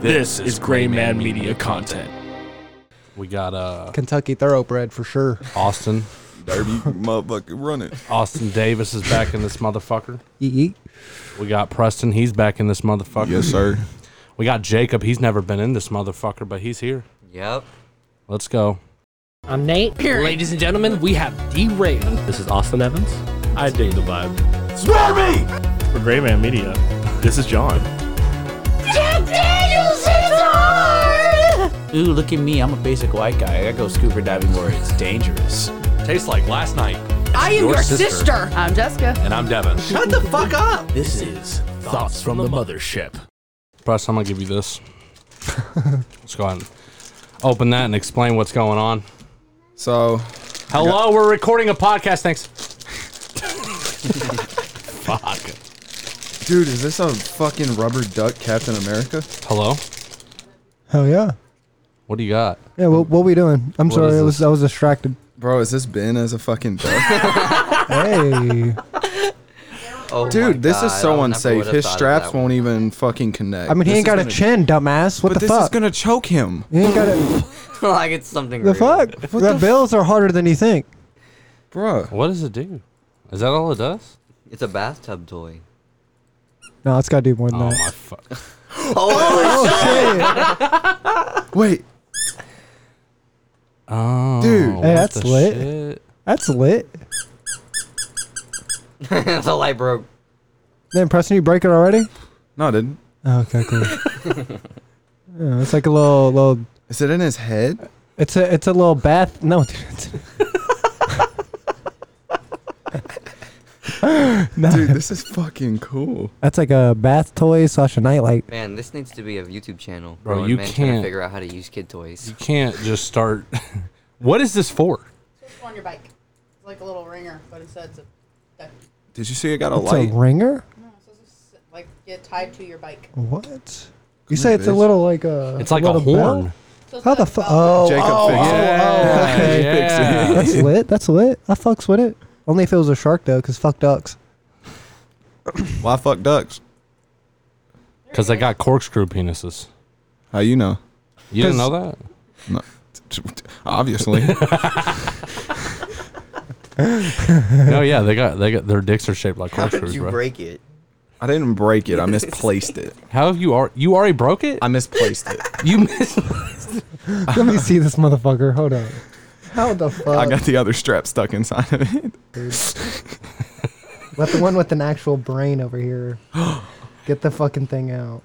This is Gray Man Media content. We got uh Kentucky thoroughbred for sure. Austin. Derby, you motherfucker, run it. Austin Davis is back in this motherfucker. Yeet, yeet. We got Preston. He's back in this motherfucker. Yes, sir. We got Jacob. He's never been in this motherfucker, but he's here. Yep. Let's go. I'm Nate. Ladies and gentlemen, we have D Ray. This is Austin Evans. I dig the vibe. Swear me! For Gray Man Media, this is John. Ooh, look at me. I'm a basic white guy. I go scuba diving where it's dangerous. Tastes like last night. I am your, sister. I'm Jessica. And I'm Devin. Shut the fuck up! This is Thoughts from the Mothership. Preston, I'm gonna give you this. Let's go ahead and open that and explain what's going on. So, Hello, we're recording a podcast. Thanks. Fuck. dude, is this a fucking rubber duck Captain America? Hello? Hell yeah. What do you got? Yeah. What, what we doing? I'm sorry. is I was this? I was distracted. Bro, is this Ben as a fucking duck? Hey. Oh dude, my this God, is so I never unsafe. would've His thought of straps that one. won't even fucking connect. I mean, he This ain't got is a gonna- chin, dumbass. What the But this is fuck? gonna choke him. he ain't got a. like it's something. The real. fuck? the bills are harder than you think. Bro, What does it do? Is that all it does? It's a bathtub toy. No, it's got to do more than Oh that. my fuck. Oh, wait. Oh, Dude. what that's the lit. shit? That's lit. the light broke. Then Preston, you break it already? No, it didn't. Oh, okay, cool. yeah, it's like a little little. Is it in his head? It's a it's a little bath. No, dude. It's, no, Dude, this is fucking cool. that's like a bath toy slash a nightlight. Man, this needs to be a YouTube channel. Bro, Grown you men Trying to can't- figure out how to use kid toys. You can't just start. what is this for? On your bike, it's like a little ringer, but instead it's a duck. Did you see it got a It's light? a ringer. No, it's just like get tied to your bike. What? You Come say here, it's a bitch. little like uh, a. It's like a little bell? horn. So it's How the like fuck? about- Oh, Jacob oh, fixed it. oh, oh, okay. Yeah. That's lit. That's lit. I fucks with it. Only if it was a shark though, because fuck ducks. Why fuck ducks? Because they got corkscrew penises. How you know? You didn't 'Cause- know that? No. Obviously. no, yeah, they got they got their dicks are shaped like corkscrews, bro. break it? I didn't break it. I misplaced it. How have you are you already broke it? I misplaced it. you missed. Let me see this motherfucker. Hold on. How the fuck? I got the other strap stuck inside of it. Let the one with an actual brain over here get the fucking thing out.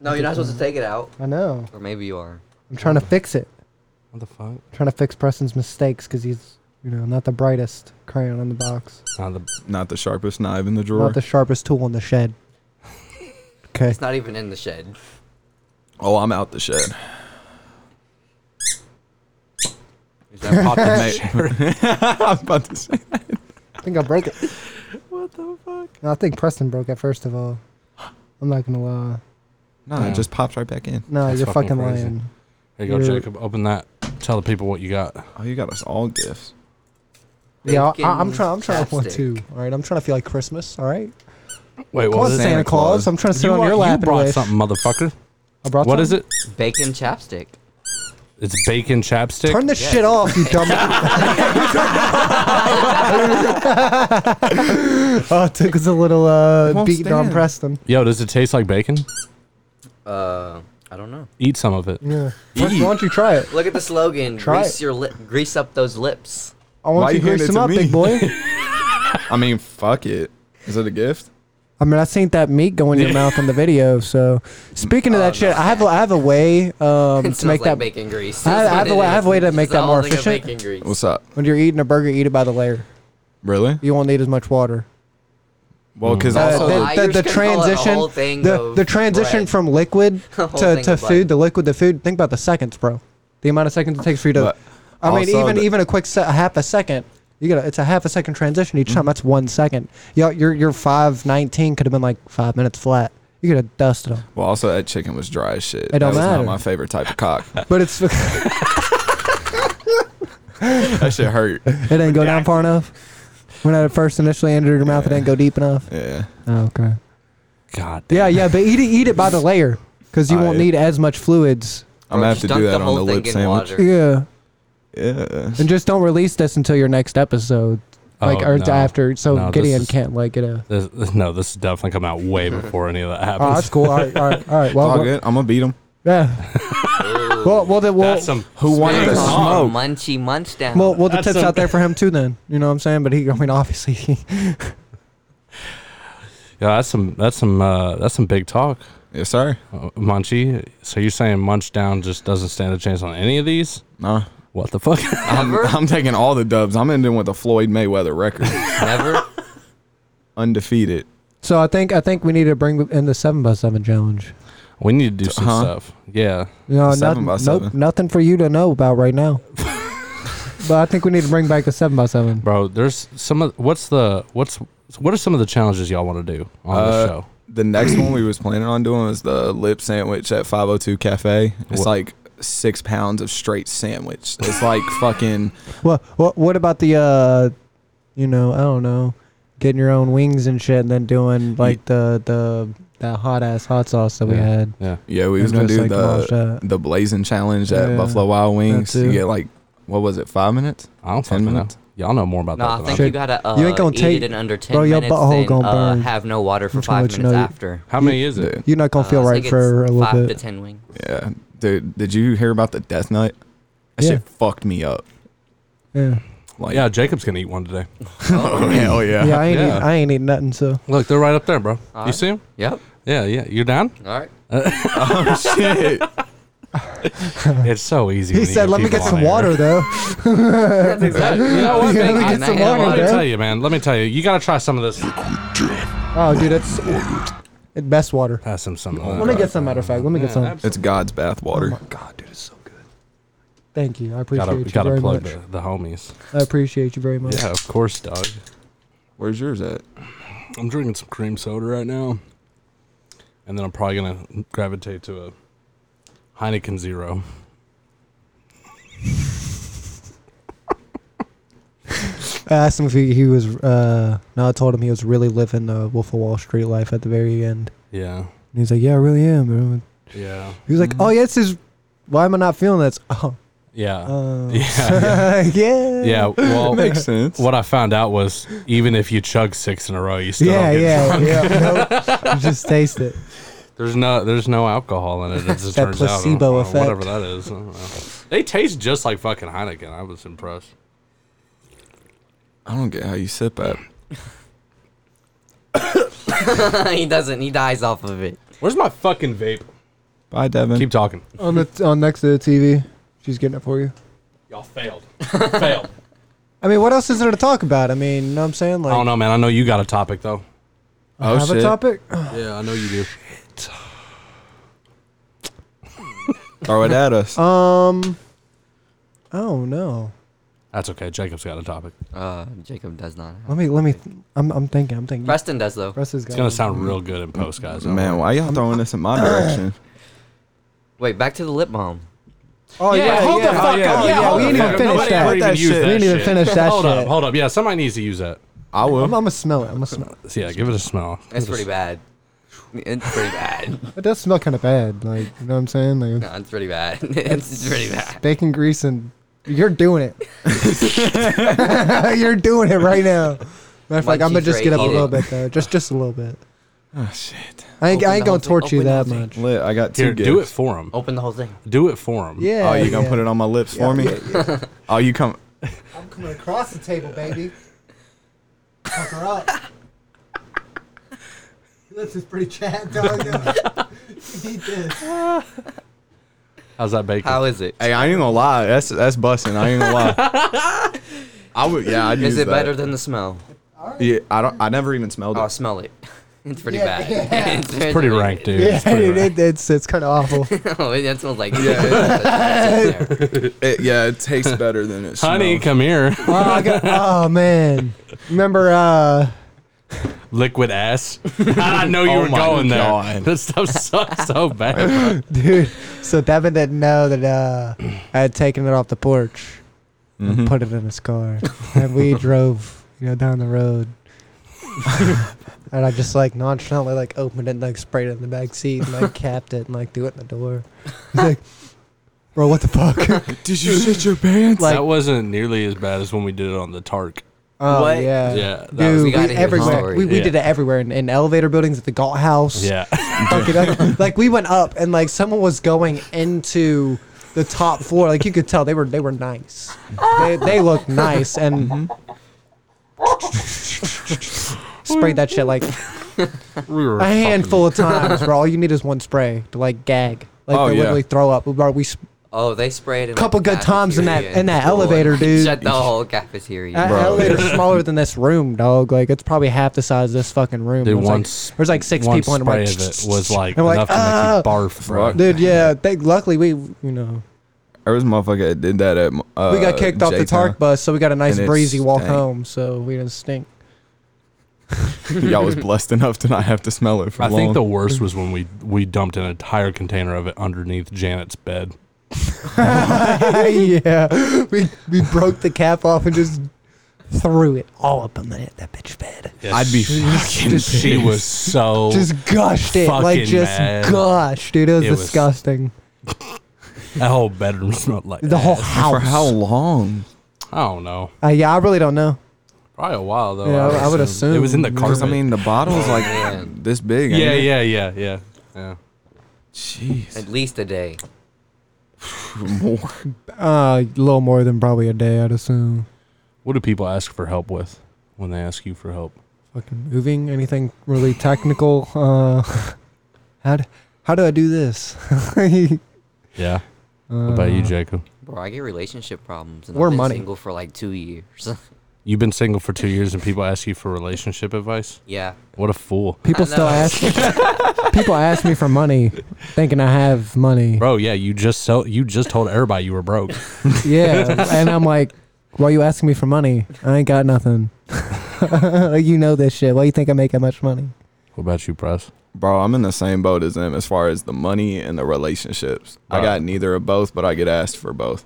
No, you're not supposed to take it out. I know. Or maybe you are. I'm trying to fix it. What the fuck? I'm trying to fix Preston's mistakes because he's, you know, not the brightest crayon in the box, Nah, the, Not the sharpest knife in the drawer. not the sharpest tool in the shed. Okay. It's not even in the shed. oh, I'm out the shed. Is that pop- I'm about to say. I think I broke it. what the fuck? No, I think Preston broke it first of all. I'm not gonna lie. No, Yeah. it just pops right back in. No, That's you're fucking fucking, crazy. lying. here you go, You're- Jacob. Open that. Tell the people what you got. Oh, you got us all gifts. Yeah, I, I'm Bacon's trying. I'm trying to want chapstick. too. All right, I'm trying to feel like Christmas. All right. Wait, Come on, is it? Santa, Santa Claus. Claus. I'm trying to sit You, on are- your you lap and brought wish. something, motherfucker. I brought What something? is it? Bacon chapstick. It's bacon chapstick. Turn this shit off, you dumb. oh, it took us a little uh, Won't beating on stand. Preston. Yo, does it taste like bacon? Uh, I don't know. Eat some of it. Yeah. Preston, why don't you try it? Look at the slogan. Try grease it. your lip. Grease up those lips. I want Why you you to grease hand him it to up, me? big boy. I mean, fuck it. Is it a gift? I mean, I seen that meat go in your mouth on the video. So, speaking of that shit, I have a, I have a way um, Oh, It to make smells like that. bacon grease. I- I That's have what a it way- I have a is. way to It's make the that more whole thing of efficient. Bacon grease. What's up? When you're eating a burger, eat it by the layer. Really? You won't need as much water. Well, because Uh, also, Wow, the, you're the, the just gonna call it a transition, whole thing the, of the transition bread. from liquid A whole to, thing to of food, bread. the liquid to food. Think about the seconds, bro. The amount of seconds it takes for you to. But I mean, also even the- even a quick se- a half a second. You got to it's a half a second transition each time. That's one second. Your your your five nineteen could have been like five minutes flat. You could have dusted them, well, also that chicken was dry as shit. It that don't was matter. not my favorite type of cock. but it's it that shit hurt. didn't go down far enough. When I first initially entered your mouth, it didn't go deep enough. Yeah. Oh, okay. God. Yeah, yeah, but eat it eat it by the layer. because you I- won't need as much fluids. I'm Or gonna have just to dunk do that the on the whole lip thing in sandwich. water. Yeah, Yeah. and just don't release this until your next episode, like Oh, or no. after. So No, this Gideon is- can't like get a. This, this- no, this is definitely come out way before any of that Oh, happens. that's cool. All right, all right, all right. Well, All well, good. I'm gonna beat him. yeah. well, well, then we'll That's some Who wanted the Oh, smoke? munchy munch down. well, well, the That's tips some- out there for him too. Then you know what I'm saying. But he, I mean, obviously, he, yeah, that's some that's some uh, that's some big talk, Yes, sir. uh, Munchie. So you're saying Munch Down just doesn't stand a chance on any of these? Nah. What the fuck? I'm, Ever? I'm taking all the dubs. I'm ending with a Floyd Mayweather record, Never. undefeated. So I think I think we need to bring in the seven by seven challenge. we need to do some Huh? stuff. Yeah, You know, Seven nothing, by nope, seven. nothing for you to know about right now. but I think we need to bring back the seven by seven. bro. There's some of what's the what's what are some of the challenges y'all want to do on Uh, the show? The next one we was planning on doing was the lip sandwich at 502 Cafe. It's What- like six pounds of straight sandwich. It's like fucking. Well, what what about the uh, you know, I don't know, getting your own wings and shit, and then doing like the the that hot ass hot sauce that we Yeah. had. Yeah, Yeah, we And was gonna just, do like, the demolish that. the blazing challenge at Yeah, Buffalo Wild Wings. too. You get like what was it, five minutes? I don't 10 fucking know. minutes? Y'all know more about No, I that. Than I think do. you gotta. Uh, You ain't gonna eat take- it in under ten bro, your minutes. butthole then, gonna uh, burn. Have no water for Don't you five let you minutes know you- after. How many is it? Dude, You're not gonna Uh, feel I right think it's for a five little to bit. ten wings. Yeah, dude. Did you hear about the death nut? That Yeah. shit fucked me up. Yeah, Like, Yeah, Jacob's gonna eat one today. hell yeah. yeah, I ain't Yeah. Eat, I ain't eating nothing. So Look, they're right up there, bro. All You right. see them? Yep. Yeah, yeah. You're down? All right. Oh shit. It's so easy. he when you said, "Let me people get on some air." water, though." That's exactly. You know what, man? Let me I- get some I- I- Let water, me bro. tell you, man. Let me tell you. You gotta try some of this. Oh, dude, that's it- best water. Pass him some. uh, of that. Let me get some. Matter of fact, let me get Yeah, some. abs- It's God's Oh bathwater. my god, dude, it's so good. Thank you. I appreciate Gotta, you gotta very plug much. the, the homies. I appreciate you very much. Yeah, of course, dog. Where's yours at? I'm drinking some cream soda right now, and then I'm probably gonna gravitate to a Heineken Zero. I asked him if he, he was. Uh, no, I told him he was really living the Wolf of Wall Street life at the very end. Yeah, And he's like, "Yeah, I really am." Bro. yeah, He was like, "Oh, yeah, this is. Why am I not feeling this?" Oh, yeah, uh, yeah, yeah, yeah. yeah. Well, Makes sense. what I found out was even if you chug six in a row, you still yeah, don't get yeah. yeah. Nope. You just taste it. There's no there's no alcohol in it. It just That turns out. I don't placebo know, effect. Whatever that is. I don't know. They taste just like fucking Heineken. I was impressed. I don't get how you sip that. he doesn't. He dies off of it. Where's my fucking vape? Bye, Devin. Keep talking. On the t- on next to the TV, she's getting it for you. Y'all failed. failed. I mean, what else is there to talk about? I mean, you know what I'm saying? I Like, don't know, man. I know you got a topic though. oh have a shit. topic? Yeah, I know you do. Throw it at us. Um, oh no. That's okay. Jacob's got a topic. Uh, Jacob does not. Have. Let me let me. I'm I'm thinking. I'm thinking. Preston does though. Russ is It's gonna sound real good in post, guys. Don't Oh, Man, worry. why y'all throwing this in my direction? Wait, back to the lip balm. Oh yeah, yeah, hold the fuck up. Oh, Yeah, yeah, hold we the didn't fuck up. even finish Nobody ever that. Put even that used shit. We that didn't even shit. finish that Hold up, shit. hold up. Yeah, somebody needs to use that. I I'm will. gonna smell it. I'm gonna smell it. So, yeah, give it a smell. It's pretty bad. It's pretty bad. It does smell kind of bad. Like you know what I'm saying? Like No, it's pretty bad. it's pretty bad. bacon grease and you're doing it. you're doing it right now. Matter of fact, I'm gonna Munchies just right get up a here. little bit though. Just just a little bit. Oh shit. I ain't, Open I ain't the whole gonna thing, torture you open the that whole thing. much. Lit. I got two Here, gifts. do it for him. Open the whole thing. Do it for him. Yeah. Oh, you gonna yeah. put it on my lips for me? Oh, you come. I'm coming across the table, baby. Fuck her up. This is pretty chat, dog. Eat this. How's that bacon? How is it? Hey, I ain't gonna lie. That's that's busting. I ain't gonna lie. I would. Yeah, I'd use Is it that. better than the smell? Yeah, I don't. I never even smelled Oh, it. smell it. It's pretty Yeah, bad. yeah. it's, pretty rank, dude. Yeah, It's pretty it, rank. it, it's it's kind of awful. oh, it, that smells like. Yeah. It- yeah, it tastes better than it. Honey, smells. come here. oh, I got- oh, man, remember? uh Liquid ass. I know you Oh were my going there. God. That stuff sucks so bad. Dude, so Devin didn't know that uh, I had taken it off the porch and put it in his car, and we drove, you know, down the road. And I just like nonchalantly like opened it and like sprayed it in the back seat and like capped it and like threw it in the door. He's like, bro, what the fuck? Did you shit your pants? like- that wasn't nearly as bad as when we did it on the Tark. Oh What? yeah, Yeah, that Dude, was- We we, gotta hear the everywhere. story. We, we Yeah. did it everywhere in, in elevator buildings at the Galt House. Yeah, Fucking up. like we went up and like someone was going into the top floor. Like you could tell they were they were nice. They they looked nice and sprayed that shit like we were a handful of times, bro. All you need is one spray to like gag. Like Oh, to yeah. literally throw up. Bro, we sp- Oh, they sprayed a Couple good times in that- in that elevator, dude. Shut the whole cafeteria. that down. elevator's smaller than this room, dog. Like it's probably half the size of this fucking room. Dude, There's once- like, there's like six One people in spray like, of it was like I'm enough like, to "Ah." make you barf, bro. Fuck. Dude, yeah. They, luckily, we you know There was a motherfucker that did that at. Uh, we got kicked off the J-Town. Tark bus, so we got a nice And it breezy walk stank. home. So we didn't stink. Y'all was blessed enough to not have to smell it for I long. think the worst was when we we dumped an entire container of it underneath Janet's bed. yeah, we we broke the cap off and just threw it all up in the, that bitch bed. I'd be fucking. Just- She was so Just gushed it like fucking just mad. gushed, dude. It was It was- disgusting. that whole bedroom smelled like The whole ass. house. For how long? I don't know. Uh, yeah, I really don't know. Probably a while though. Yeah, I would assume. it was in the carpet. Because, Because I mean, the bottle's like Man. this big. ain't yeah, it? yeah, yeah, yeah, yeah. Jeez, At least a day. more. Uh, a little more than probably a day, I'd assume. What do people ask for help with when they ask you for help? Fucking moving anything really technical. Uh, how do, how do I do this? Yeah. What about you, Jacob? Bro, I get relationship problems. And Or I've been money. single for like two years. You've been single for two years and people ask you for relationship advice? yeah. What a fool. People I still know. ask. people ask me for money, thinking I have money. Bro, yeah, you just so you just told everybody you were broke. Yeah, and I'm like, why you asking me for money? I ain't got nothing. Like, you know this shit. Why you think I make that much money? What about you, Press? Bro, I'm in the same boat as them as far as the money and the relationships. I Wow. got neither of both, but I get asked for both.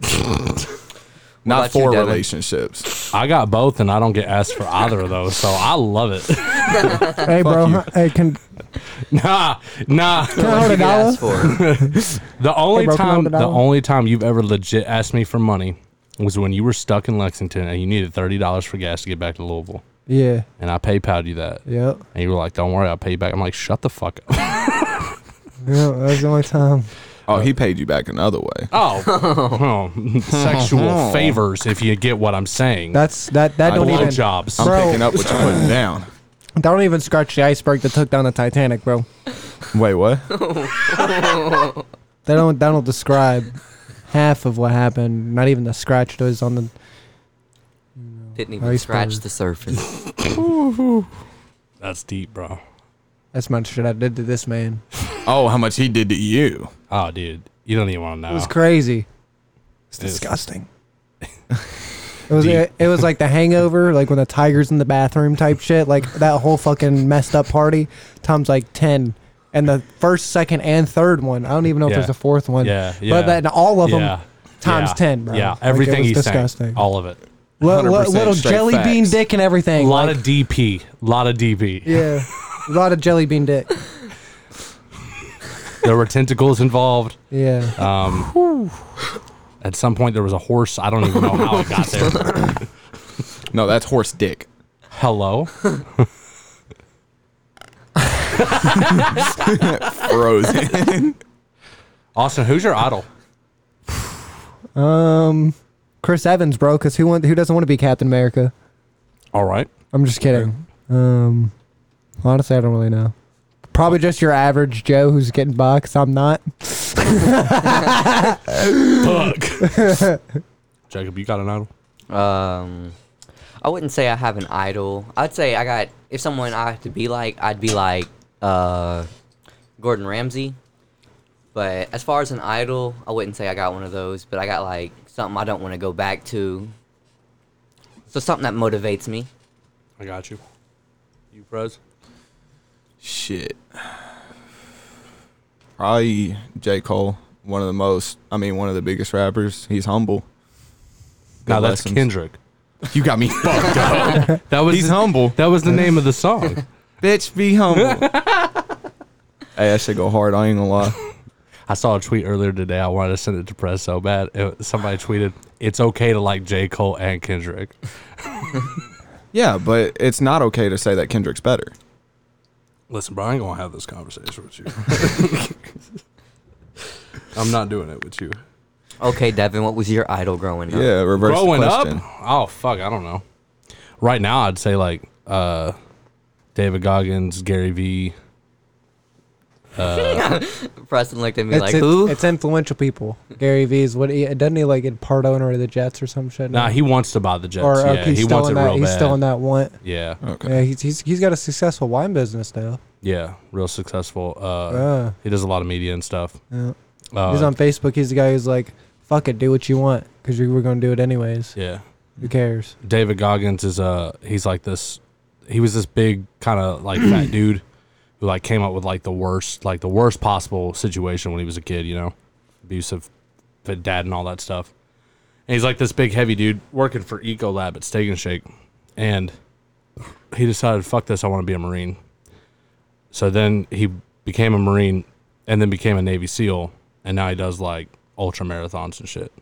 Not about you, for Devin? relationships. I got both and I don't get asked for either of those, so I love it. Hey, bro. Hey, can, Nah, nah. can I hold a You dollar? asked for it. The only bro, can I time hold a the dollar? only time you've ever legit asked me for money was when you were stuck in Lexington and you needed thirty dollars for gas to get back to Louisville. Yeah. And I PayPal'd you that. Yep. And you were like, Don't worry, I'll pay you back. I'm like, shut the fuck up. Yeah, that's the only time. Oh, he paid you back another way. Oh, oh, sexual favors, if you get what I'm saying. That's that. That don't even. jobs. I'm Bro. picking up what you're putting down. That don't even scratch the iceberg that took down the Titanic, bro. Wait, what? They don't. That don't describe half of what happened. Not even the scratch that was on the. Didn't even Iceberg. scratch the surface. That's deep, bro. That's much shit I did to this man. Oh, how much he did to you. Oh, dude, you don't even want to It know. was crazy. It's It is. disgusting. It was Deep. it, it was like the hangover, like when the tiger's in the bathroom type shit, like that whole fucking messed up party. Tom's like ten, and the first, second, and third one. I don't even know if Yeah. there's a fourth one. yeah, yeah. But then all of them yeah, times yeah, 10, bro. Yeah, Like, it everything was he's disgusting. saying, all of it. Li- li- 100% little straight jelly bean facts. dick and A everything. lot like- of DP, a lot of DP. yeah, a lot of jelly bean dick. there were tentacles involved. Yeah, Um, at some point, there was a horse. I don't even know how it got there. No, that's horse dick. Hello, Frozen. Austin. Who's your idol? Chris Evans, bro. Because who want, who doesn't want to be Captain America? All right. I'm just kidding. Um, honestly, I don't really know. Probably just your average Joe who's getting by 'cause I'm not. Fuck. Jacob, you got an idol? Um, I wouldn't say I have an idol. I'd say I got, if someone I had to be like, I'd be like uh, Gordon Ramsay. But as far as an idol, I wouldn't say I got one of those. But I got like something I don't want to go back to. So something that motivates me. I got you. You, Prez? Shit. Probably J. Cole, one of the most, I mean, one of the biggest rappers. He's humble. No, that's Good lessons. Kendrick. You got me fucked up. That was He's humble. That was the name of the song. Bitch, be humble. hey, that shit go hard. I ain't gonna lie. I saw a tweet earlier today. I wanted to send it to press so bad. It- somebody tweeted, "It's okay to like J. Cole and Kendrick." Yeah, but it's not okay to say that Kendrick's better. Listen, bro, I ain't gonna have this conversation with you. I'm not doing it with you. Okay, Devin, what was your idol growing up? Yeah, reverse the Growing up, question. oh fuck, I don't know. Right now, I'd say like uh, David Goggins, Gary V. Uh, Preston looked at me It's, like, it- who? it's influential people. Gary V's what he doesn't he like a part owner of the Jets or some shit. Nah, he wants to buy the Jets. or uh, yeah, he's he still wants it in that. real He's bad. still in that one. yeah, Okay. Yeah, he's, he's he's got a successful wine business now. yeah, real successful. Uh, Uh, he does a lot of media and stuff. Yeah. Uh, he's on Facebook. He's the guy who's like, "Fuck it, do what you want," because you were gonna do it anyways. yeah. Who cares? David Goggins is uh he's like this he was this big kind of like fat dude who like came up with like the worst like the worst possible situation when he was a kid, you know. Abusive fit dad and all that stuff. And he's like this big heavy dude working for Ecolab at Steak and Shake and he decided fuck this, I want to be a marine. So then he became a marine and then became a Navy SEAL and now he does like ultra marathons and shit.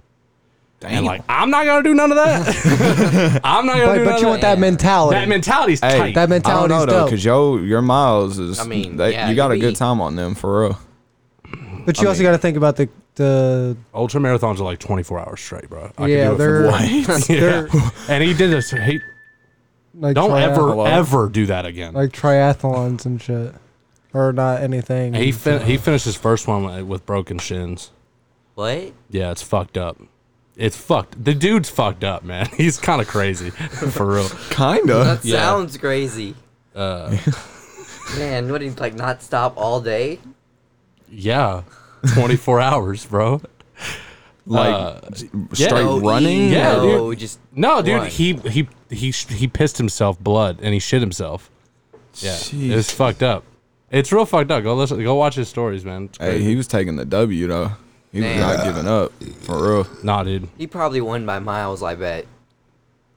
And like I'm not gonna do none of that. I'm not gonna But, do none but you of want that mentality. that mentality's Hey, tight. That I don't mentality's know though, dope. cause yo, your miles is. I I mean, mean, yeah, you got a you good be- time on them for real. but you I also mean- got to think about the the Ultra marathons are like 24 hours straight, bro. I could yeah do it for they're, one. they're and he did this. He like don't triath- ever ever do that again. like triathlons and shit, or not anything. he fin- he finished his first one with- with broken shins. What? Yeah, it's fucked up. It's fucked. The dude's fucked up, man. He's kind of crazy, for real. Kinda. That Yeah. sounds crazy. Man, what did he like not stop all day? Yeah, 24 hours, bro. like Uh, yeah. E, straight No running. eat, Yeah, no, Oh, just No, dude, Why? he he he sh- he pissed himself blood and he shit himself. Yeah, Jeez. it was fucked up. It's real fucked up. Go listen. Go watch his stories, man. It's Hey, crazy. he was taking the W though. He was Damn. not giving up for real. nah, dude. he probably won by miles. I bet.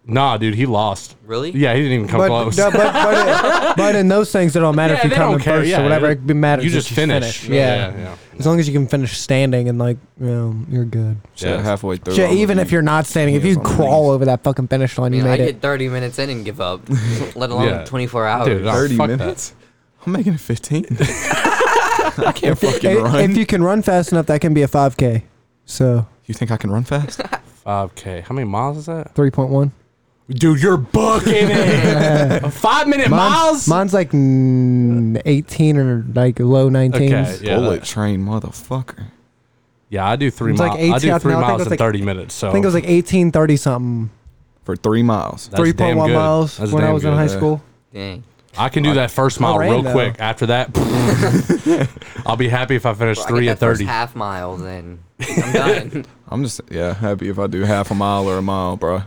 Nah, dude. He lost. Really? Yeah, he didn't even come but, close. no, but, but, it- but in those things, it don't matter Yeah, if you they come don't in care, first yeah, or whatever. it- It matters. you if just finish. Yeah. yeah, yeah. as long as you can finish standing and like you know you're good. Shit, Yeah. halfway through. Shit, I'm even gonna if be- you're not standing, if hands you on the crawl knees. over that fucking finish line, I you mean, I made get it. 30 minutes in and give up, let alone Yeah. 24 hours. Dude, nah, 30 fuck that. minutes. I'm making it 15. I can't fucking If- run. If you can run fast enough, that can be a 5K. So you think I can run fast? 5K. How many miles is that? 3.1 Dude, you're booking it. Five minute miles. Mine's, mine's like mm, 18 or like low 19s. okay. Yeah. Bullet that- train, motherfucker. Yeah, I do three It's miles. like I 18 do I three think it miles was in like- 30 minutes. So I think it was like 18, 30 something. For three miles. That's damn 3.1 good. miles That's when I damn was in good. high yeah. school. Dang. I can do that first mile ran, real though. quick. After that, I'll be happy if I finish Well, I three get at that first thirty. half mile, then I'm done. I'm just, yeah, happy if I do half a mile or a mile, bro.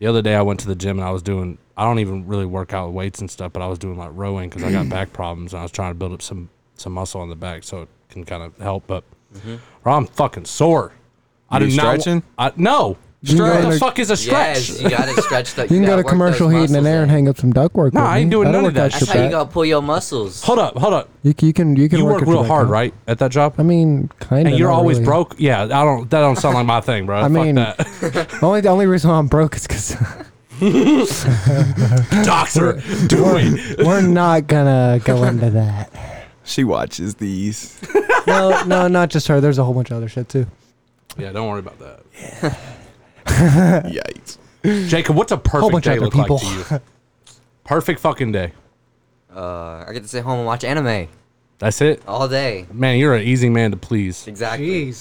The other day, I went to the gym and I was doing. I don't even really work out with weights and stuff, but I was doing like rowing because I got back problems and I was trying to build up some some muscle on the back so it can kind of help. But bro, I'm fucking sore. I You do not. stretching? I, no. You can go What in the there- fuck is a stretch? yes, you gotta stretch that. You can go to gotta work commercial those heat in muscles there and in. hang up some duck work. No, with I ain't me. doing don't none of work out that your That's how you back. gotta pull your muscles. Hold up, hold up. You, c- you can you can You work, work out your real back hard, out. right, at that job? I mean, kind of. and you're always broke. Yeah, I don't. That don't sound like my thing, bro. I mean- fuck that. Only the only reason why I'm broke is because doctor, do it. we're not gonna go into that. She watches these. No, no, not just her. There's a whole bunch of other shit too. Yeah, don't worry about that. Yikes. Jacob, what's a perfect bunch day of other look like to you? Perfect fucking day. Uh, I get to sit home and watch anime That's it. all day. Man, you're an easy man to please. Exactly.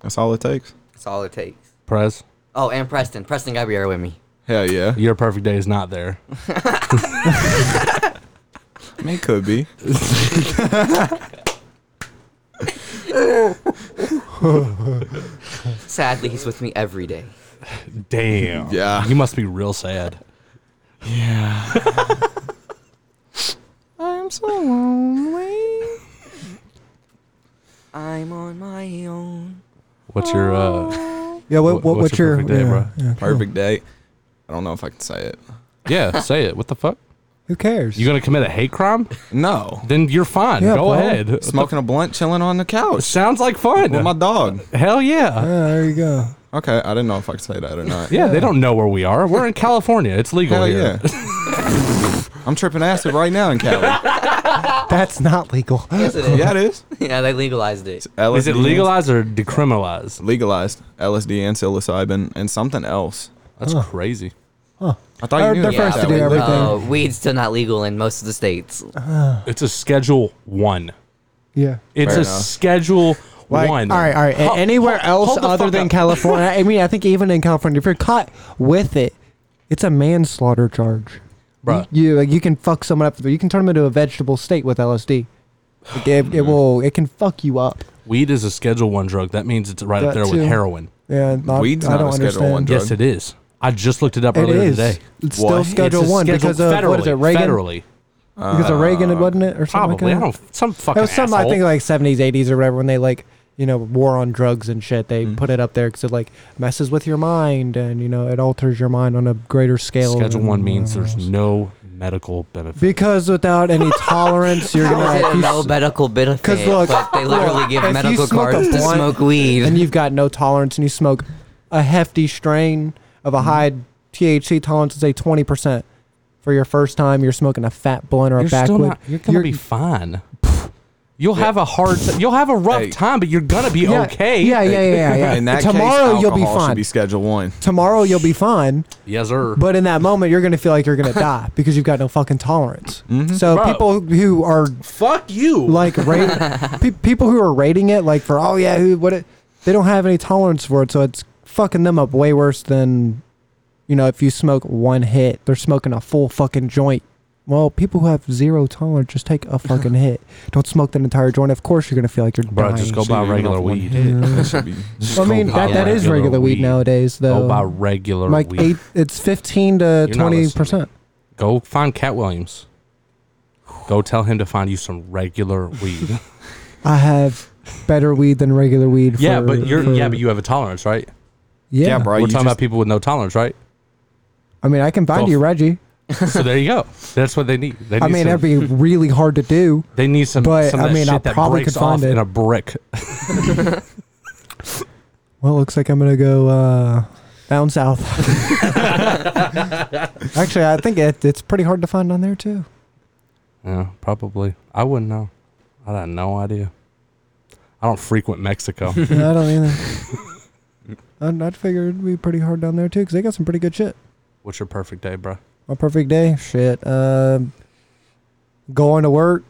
That's all it takes. That's all it takes. Prez, Oh, and Preston. Preston gotta be here with me. Hell yeah. your perfect day is not there. I mean, it could be. Sadly, he's with me every day. Damn. Yeah. You must be real sad. I'm so lonely. I'm on my own. What's your uh? Yeah. What, wha- what what's, your, perfect day, yeah, bro? yeah. Perfect day. I don't know if I can say it. Yeah, say it. What the fuck? Who cares? You gonna commit a hate crime? No. Then you're fine. Yeah, Go bro. ahead. Smoking a blunt, chilling on the couch Sounds like fun. with my dog. Hell yeah. Yeah, there you go. Okay, I didn't know if I could say that or not. Yeah, they don't know where we are. We're in California. It's legal Hell here. yeah. I'm tripping acid right now in Cali. That's not legal. Yes, it is. Yeah, it is. Yeah, they legalized it. LSD Is it legalized or decriminalized? Legalized LSD and psilocybin and something else. That's crazy. I thought They're- you they're knew about first to that. do We- everything. Uh, weed's still not legal in most of the states. It's a Schedule One. Yeah. It's Fair a enough. Schedule Like, One. All right, all right. A- Ho- Anywhere ho- hold else the other fuck than up. California? I mean, I think even in California, if you're caught with it, it's a manslaughter charge. Bruh. You, like, you can fuck someone up. You can turn them into a vegetable state with LSD. Like, it, it Hmm. will. It can fuck you up. Weed is a Schedule One drug. That means it's right up That there with too. heroin. Yeah, not, Weed's I not don't a Schedule understand. One Yes, it is. I just looked it up It earlier is. today. It's What? still It's a Schedule It's a One schedule because of federally, what is it? Reagan. Federally, Because of Reagan, Uh, wasn't it, or something probably. I like that? don't. Some It fucking was something I asshole. think like seventies, eighties, or whatever. When they like you know war on drugs and shit, they Hmm. put it up there because it like messes with your mind and you know it alters your mind on a greater scale. Schedule than One means whatever there's else. no medical benefit. because without any tolerance, you're How is gonna it if a you, no medical benefit? 'Cause look, but they look, literally give if you medical smoke a cards to blunt smoke weed. and you've got no tolerance and you smoke a hefty strain of Mm-hmm. a high THC tolerance, say twenty percent. For your first time, you're smoking a fat blunt or a You're backwood. still not. You're gonna be fine. You'll have a hard. T- you'll have a rough Hey. time, but you're gonna be yeah, okay. Yeah, yeah, yeah, yeah. In that Tomorrow case, you'll be alcohol should fine. be Schedule One. Tomorrow you'll be fine. Yes, sir. But in that moment, you're gonna feel like you're gonna die because you've got no fucking tolerance. So Mm-hmm. Bro. people who are fuck you. like rate, pe- people who are rating it like for oh yeah, who what it, they don't have any tolerance for it, so it's fucking them up way worse than you know if you smoke one hit, they're smoking a full fucking joint. Well, people who have zero tolerance just take a fucking hit. Don't smoke that entire joint. Of course, you're gonna feel like you're Bro, dying. just go buy Even regular off one weed. hit, that should be- Just I go mean, buy that, that is regular weed, nowadays, though. Go buy regular like weed. eight, it's fifteen to You're not twenty listening. percent. Go find Cat Williams. Go tell him to find you some regular weed. I have better weed than regular weed. yeah, for- but you're for- yeah, but you have a tolerance, right? yeah. Yeah, bro. We're you talking about just- people with no tolerance, right? I mean, I can find Go you f- Reggie. so there you go. That's what they need. They need I mean, some, that'd be really hard to do. they need some. but, some I of that mean, I shit that probably breaks could off find it. in a brick. Well, looks like I'm gonna go uh, down south. Actually, I think it, it's pretty hard to find on there too. Yeah, probably. I wouldn't know. I had no idea. I don't frequent Mexico. No, I don't either. I'd, I'd figure it'd be pretty hard down there too, 'cause they got some pretty good shit. What's your perfect day, bro? My perfect day, shit. Um, going to work,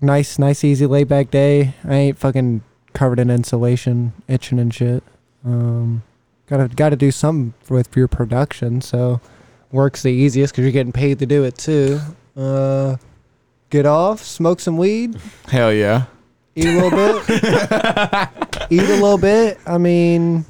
nice, nice, easy, laid back day. I ain't fucking covered in insulation, itching and shit. Um, gotta gotta do something with your production, so work's the easiest because you're getting paid to do it too. Uh, get off, smoke some weed, Hell yeah. eat a little bit, eat a little bit. I mean,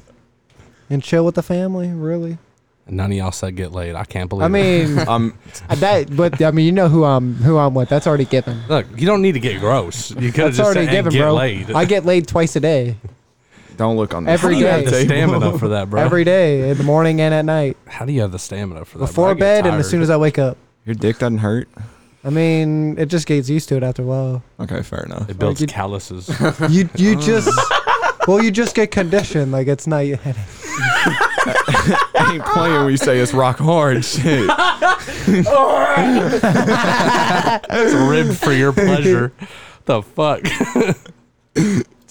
and chill with the family, really. None of y'all said get laid. I can't believe. I it. mean. Um, Uh, That, but I mean, you know who I'm, who I'm with. That's already given. look, you don't need to get gross. You could have That's just already said, "Hey, given, get bro. laid. I get laid twice a day, don't look on How Every do this. you have day. the stamina for that, bro? every day, in the morning and at night, How do you have the stamina for that? bro? I before get bed, and as tired. soon as I wake up. Your dick doesn't hurt. I mean, it just gets used to it after a while. Okay, fair enough. it builds you- calluses. You, you just, well, you just get conditioned. Like it's not. It's I ain't playing when you say it's rock hard. Shit. it's ribbed for your pleasure. the fuck?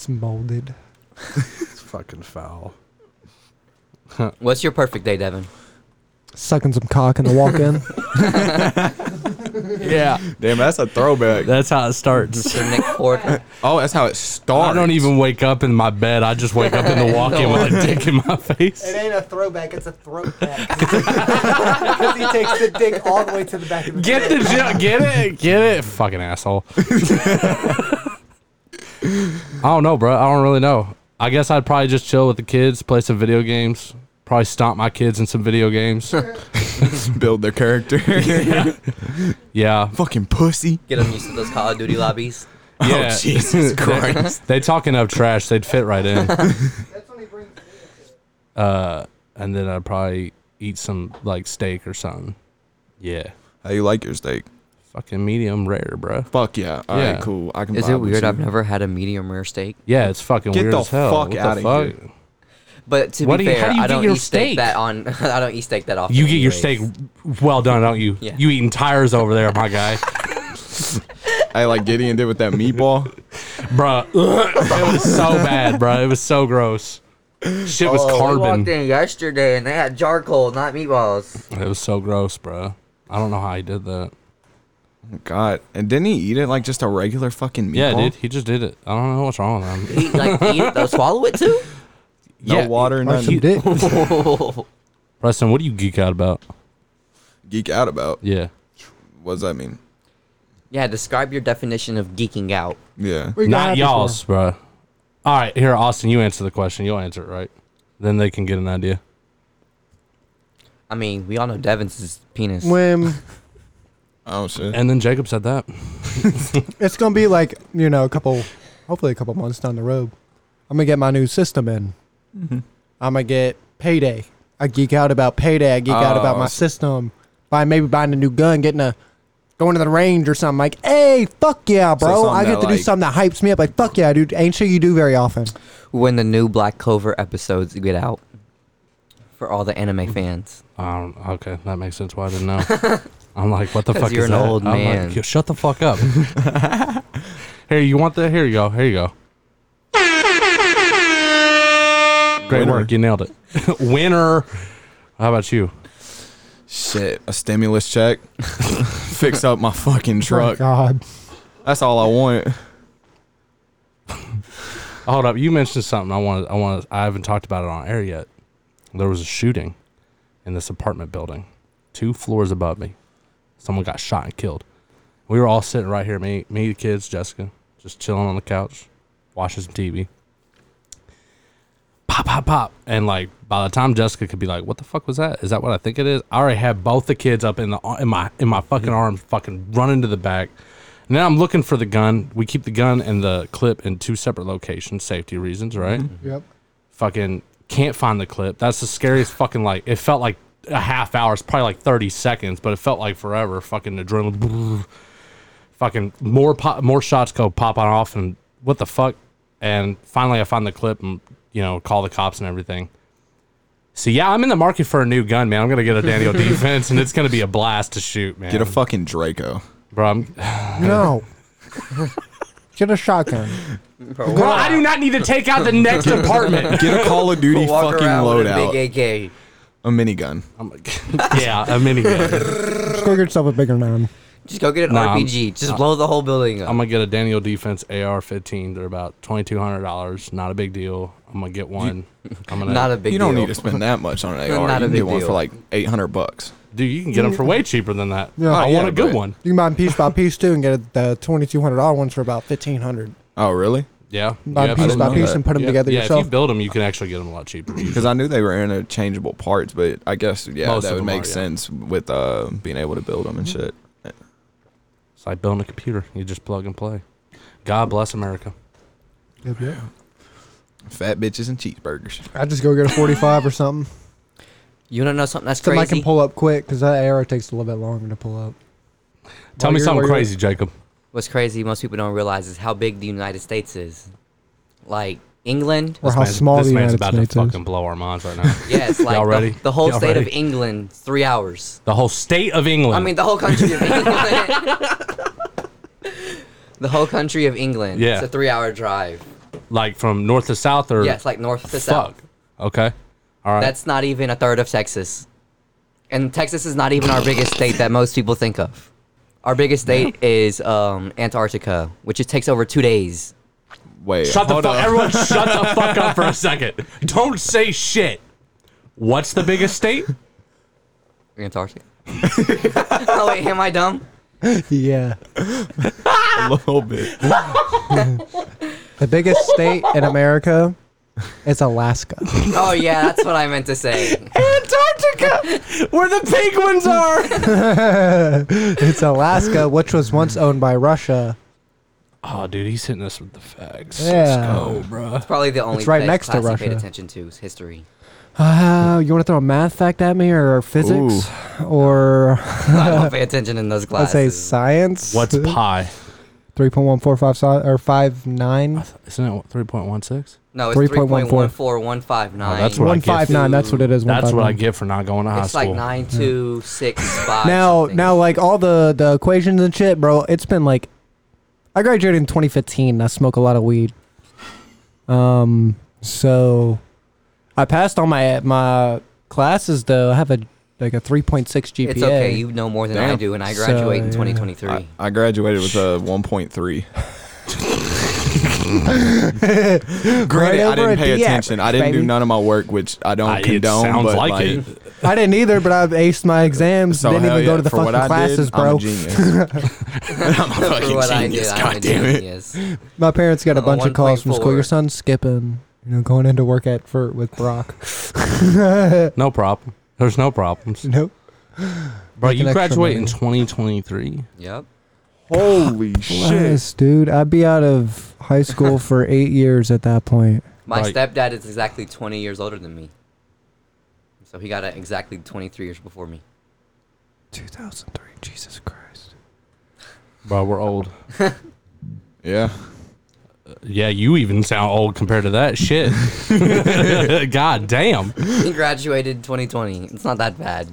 molded. It's fucking foul. What's your perfect day, Devin? Sucking some cock in the walk-in. Yeah, Damn, that's a throwback. that's how it starts. Your Nick Ford. Oh, that's how it I starts. don't even wake up in my bed. I just wake up in the walk-in with a dick in my face. ain't a throwback. It's a throwback. Because he takes the dick all the way to the back of the Get the jo- get it, get it, fucking asshole. I don't know, bro. I don't really know. I guess I'd probably just chill with the kids, play some video games, probably stomp my kids in some video games. build their character. yeah, Fucking pussy. Get them used to those Call of Duty lobbies. yeah. Oh Jesus Christ. They talk enough trash, they'd fit right in. Uh, and then I'd probably eat some like steak or something. Yeah. How you like your steak? Fucking medium rare, bro. Fuck yeah. All right, Yeah. cool. I can. Is vibe it with weird? you. I've never had a medium rare steak. Yeah, it's fucking Get weird the as hell. fuck What the outta fuck? here. But to What do be you- fair, how do you I get don't your eat steak, steak? that on. I don't eat steak that often. You get your anyways. steak well done, don't you? Yeah. You eating tires over there, my guy. I like Gideon did with that meatball. Bruh. it was so bad, bruh. It was so gross. Shit Oh, was Oh, We walked carbon. in yesterday and they had charcoal, not meatballs. It was so gross, bruh. I don't know how he did that. God, and didn't he eat it like just a regular fucking meatball? Yeah, dude, he just did it. I don't know what's wrong with him. Eat, like eat it, though, swallow it too. No Yeah. water, Or some nothing. dick. Preston, what do you geek out about? Geek out about. Yeah. What does that mean? yeah, describe your definition of geeking out. Yeah. We Not got it before. y'all's, bruh. All right, here, Austin, you answer the question. You'll answer it right. Then they can get an idea. I mean, we all know Devin's is penis. When Oh shit. And then Jacob said that. it's gonna be like you know a couple, hopefully a couple months down the road, I'm gonna get my new system in. Mm-hmm. I'm gonna get payday. I geek out about payday. I geek out about Oh, my s- system. By maybe buying a new gun, getting a going to the range or something. Like, hey, fuck yeah, bro! something I get that, to do like- something that hypes me up. Like, fuck yeah, dude! Ain't shit you do very often. When the new Black Clover episodes get out for all the anime fans. Um, okay, that makes sense. Why I didn't know. I'm like, what the 'Cause fuck you're is an that? old I'm like, man. "Yo, shut the fuck up. here, you want that? Here you go. Here you go. Great Winner. work. You nailed it. Winner. How about you? Shit. A stimulus check. Fix up my fucking Oh, truck. God, That's all I want. Hold up. You mentioned something. I want. I want. I haven't talked about it on air yet. There was a shooting in this apartment building, two floors above me. Someone got shot and killed. We were all sitting right here. Me, me, the kids, Jessica, just chilling on the couch, watching some TV. Pop, pop, pop, and like by the time Jessica could be like, "What the fuck was that? Is that what I think it is?" I already had both the kids up in the in my in my fucking arms, fucking running to the back. Now I'm looking for the gun. We keep the gun and the clip in two separate locations, safety reasons, right? yep. fucking can't find the clip. That's the scariest fucking like. It felt like a half hour. It's probably like thirty seconds, but it felt like forever. Fucking adrenaline. fucking more pop, more shots go popping off, and what the fuck? And finally, I find the clip, and you know, call the cops and everything. So yeah, I'm in the market for a new gun, man. I'm gonna get a Daniel defense, and it's gonna be a blast to shoot, man. Get a fucking Draco. bro. I'm, No, get a shotgun. bro, I do not need to take out the next apartment. Get a Call of Duty Walk fucking around with a loadout. big AK. A minigun. I'm like, yeah, a minigun. Just go get yourself a bigger nine. Just go get an Nah, I'm- RPG. Just blow the whole building up. I'm gonna get a Daniel Defense AR-15. They're about twenty-two hundred dollars. Not a big deal. I'm gonna get one. I'm gonna. Not a big You don't deal. need to spend that much on an AR. Not a you can big get one deal. for like eight hundred bucks. dude, you can get them for way cheaper than that. Yeah. I Oh, want yeah, a good but- one. You can buy 'em piece by piece too, and get the twenty-two hundred dollar ones for about fifteen hundred. Oh really? Yeah, Buy yeah, 'em piece didn't by know piece that. and put them yeah, together yeah, yourself. If you build them, you can actually get them a lot cheaper. Because I knew they were interchangeable parts, but I guess yeah, Most that of would them make are, yeah. sense with uh, being able to build them and shit. It's like building a computer. You just plug and play. God bless America. Yep, yep. Fat bitches and cheeseburgers. I just go get a 45 or something. You don't know something that's Something I crazy. can pull up quick because that arrow takes a little bit longer to pull up. Tell While me you're- something while you're- crazy, Jacob. What's crazy? Most people don't realize is how big the United States is. Like England. Or how man's- small this the man's United about States to fucking is. blow our minds right now. Yes, like Y'all the- ready? The, whole Y'all state of ready? England, three hours. the whole state of I England. mean, the whole country of England. the whole country of England. Yeah. It's a three-hour drive. like from north to south, or Yeah, it's like north to fuck. south. Okay, all right. That's not even a third of Texas. And Texas is not even our biggest state that most people think of. Our biggest state is um, Antarctica, which it takes over two days. Wait, Shut the hold fuck. up. Everyone, shut the fuck up for a second. Don't say shit. What's the biggest state? Antarctica. oh wait, am I dumb? Yeah. a little bit. The biggest state in America is Alaska. Oh yeah, that's what I meant to say. Antarctica, where the penguins are. It's Alaska, which was once owned by Russia. Oh, dude, he's hitting us with the facts. Yeah. Let's go, bro. Probably the only It's right pa- next to class I paid Russia. attention to is history. Uh, you want to throw a math fact at me or physics or I don't pay attention in those let's classes. say science? What's pi? three point one four five or five nine? Isn't it three point one six? no, it's 3.14. 3.14159. Oh, that's what I One get. five nine. That's what it is. That's what I 159. get for not going to high It's school. like nine two six five. Now, something. now, like all the the equations and shit, bro. It's been like, I graduated in 2015. I smoke a lot of weed. Um, so I passed all my my classes though. I have a like a 3.6 GPA. it's okay. You know more than I Damn. do, and I So, graduate in yeah. 2023. I, I graduated with a 1.3. Granted, I over didn't at pay the attention. I average, didn't do baby. none of my work, which I don't I- it condone. sounds but like like, it. I didn't either, but I aced my exams. So didn't hell even yeah, go to the for fucking what I classes, did, bro. I'm a genius. I'm a For fucking what I genius. did, I'm God a damn it. genius. My parents got a I'm a bunch of calls from school. Your 1.4. son's skipping. You know, going into work at for with Brock. No problem. There's no problems. nope. Bro, Make you an extra graduate in money. 2023. Yep. Holy shit. Yes, dude. I'd be out of high school for eight years at that point. My Right. stepdad is exactly 20 years older than me. So he got it exactly 23 years before me. 2003. Jesus Christ. Bro, we're old. Yeah. Yeah, you even sound old compared to that shit. God damn. He graduated in 2020. It's not that bad.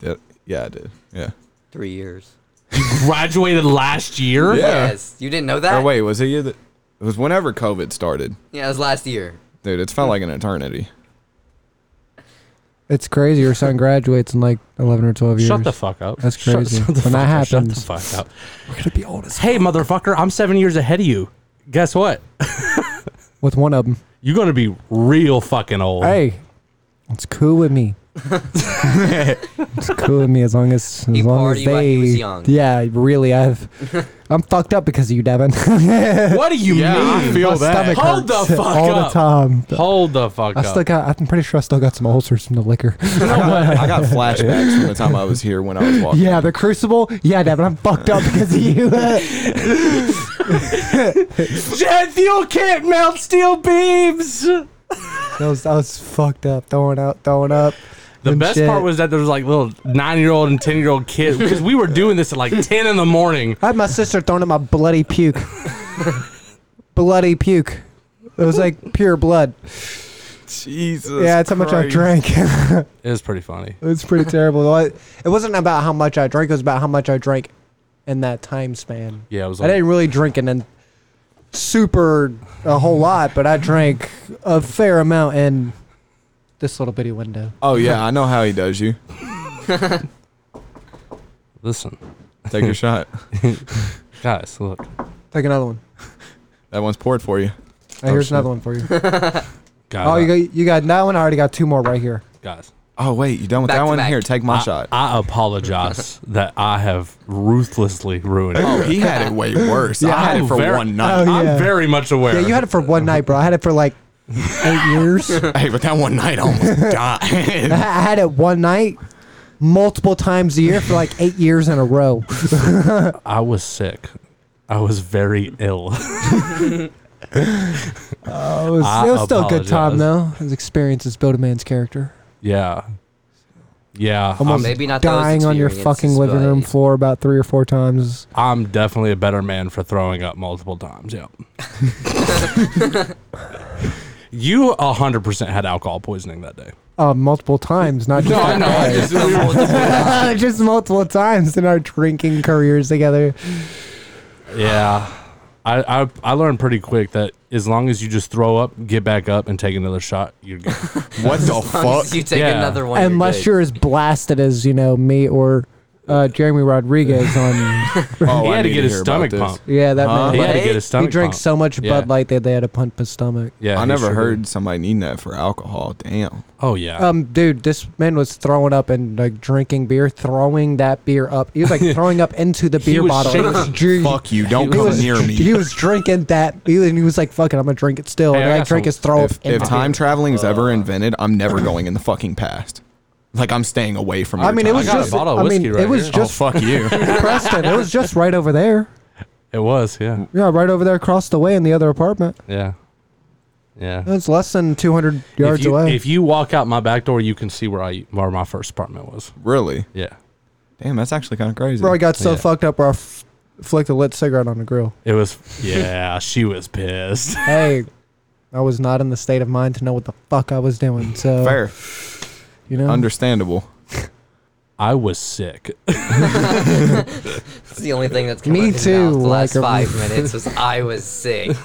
Yeah, yeah, I did. Uh, Yeah. Three years. Graduated last year? Yeah. Yes. You didn't know that? Or Oh, wait, was it you that? It was whenever COVID started. Yeah, it was last year. Dude, it's felt like an eternity. It's crazy. Your son graduates in like 11 or 12 years. Shut the fuck up. That's Shut- crazy. shut the When that fuck up. happens- Shut the fuck up. We're going to be old as Hey, motherfucker, I'm seven years ahead of you. Guess what? With one of them. You're going to be real fucking old. Hey, it's cool with me. it's cool with me as long as as He long as partied they. while he was young. Yeah, really. I've I'm fucked up because of you, Devin. I What do you mean? feel Hold the fuck all up. the time. Hold the fuck I up. still got. I'm pretty sure I still got some ulcers from the liquor. I got flashbacks from the time I was here when I was walking. yeah, the crucible. Yeah, Devin, I'm fucked up because of you. Jet fuel can't melt steel beams. The I was, I was fucked up, throwing up, throwing up. and best shit. part was that there was like little nine year old and ten year old kids because we were doing this at like ten in the morning. I had my sister throwing up my bloody puke. bloody puke. It was like pure blood. Jesus. yeah, that's how much I Christ. drank. it It was pretty funny. was pretty terrible. Well, I- It wasn't about how much I drank. It was about how much I drank in that time span. Yeah, it was I like didn't really drink and then super a whole lot, but I drank a fair amount in this little bitty window. Oh yeah, I know how he does you. listen, Take your shot. guys, look. Take another one. That one's poured for you. Hey, Oh, here's shit. another one for you. Guys, Oh, you got you got that one. I already got two more right here. guys. Oh wait, you done with Back that to one? back. Here, take my I- shot. I, apologize that I have ruthlessly ruined it. oh, he had it way worse. I had I'm it for very- one night. Oh, yeah. I'm very much aware. Yeah, you had it for one night, bro. I had it for like eight years. I Hey, but that one night I almost died. I had it one night, multiple times a year for like eight years in a row. I was sick. I was very ill. It was, I it was still a good time apologize. though. His experiences build a man's character. yeah, yeah. Almost I'm, Maybe not those dying on your fucking experiences, living room but- floor about three or four times. I'm definitely a better man for throwing up multiple times. Yep. you hundred percent had alcohol poisoning that day. Uh, multiple times, not just No, that I know. I day. just- yeah, just multiple times in our drinking careers together. I, I I learned pretty quick that as long as you just throw up, get back up, and take another shot, you're good. what the As long as fuck? you take Yeah. another one. Unless you're as blasted as you know me or uh, Jeremy Rodriguez on. Oh, he I had to need get his hear about stomach this. pumped. Yeah, that man. Huh? He had to What? get his He stomach drank pumped. so much Yeah. Bud Light that they had to pump his stomach. Yeah, I he never sure heard did. somebody needing that for alcohol. Damn. Oh yeah. Um, dude, this man was throwing up and like drinking beer, throwing that beer up. He was like throwing up into the He beer was bottle. shaking. Dude, Fuck you. he Don't come was- near He me. was drinking that, he, and he was like, "Fuck it, I'm gonna drink it still." Hey, and I I got drank some- his throw up. If, if into time beer. traveling's ever invented, I'm never going in the fucking past. Like I'm staying away from. I your mean, it time. was got a just. bottle of I whiskey Oh, mean, right it was here. Oh just fuck you. Preston. It was just right over there. It was, yeah, Yeah, right over there across the way in the other apartment. yeah, yeah. It's less than 200 yards if you, away. If you walk out my back door, you can see where I where my first apartment was. Really? Yeah, Damn, that's actually kind of crazy. Bro, I got so Yeah. fucked up where I f- flicked a lit cigarette on the grill. it was. Yeah, she was pissed. Hey, I was not in the state of mind to know what the fuck I was doing. So Fair, you know, understandable. I was sick. It's the only thing that's come Me out of his too, mouth the last like a- five minutes was I was sick.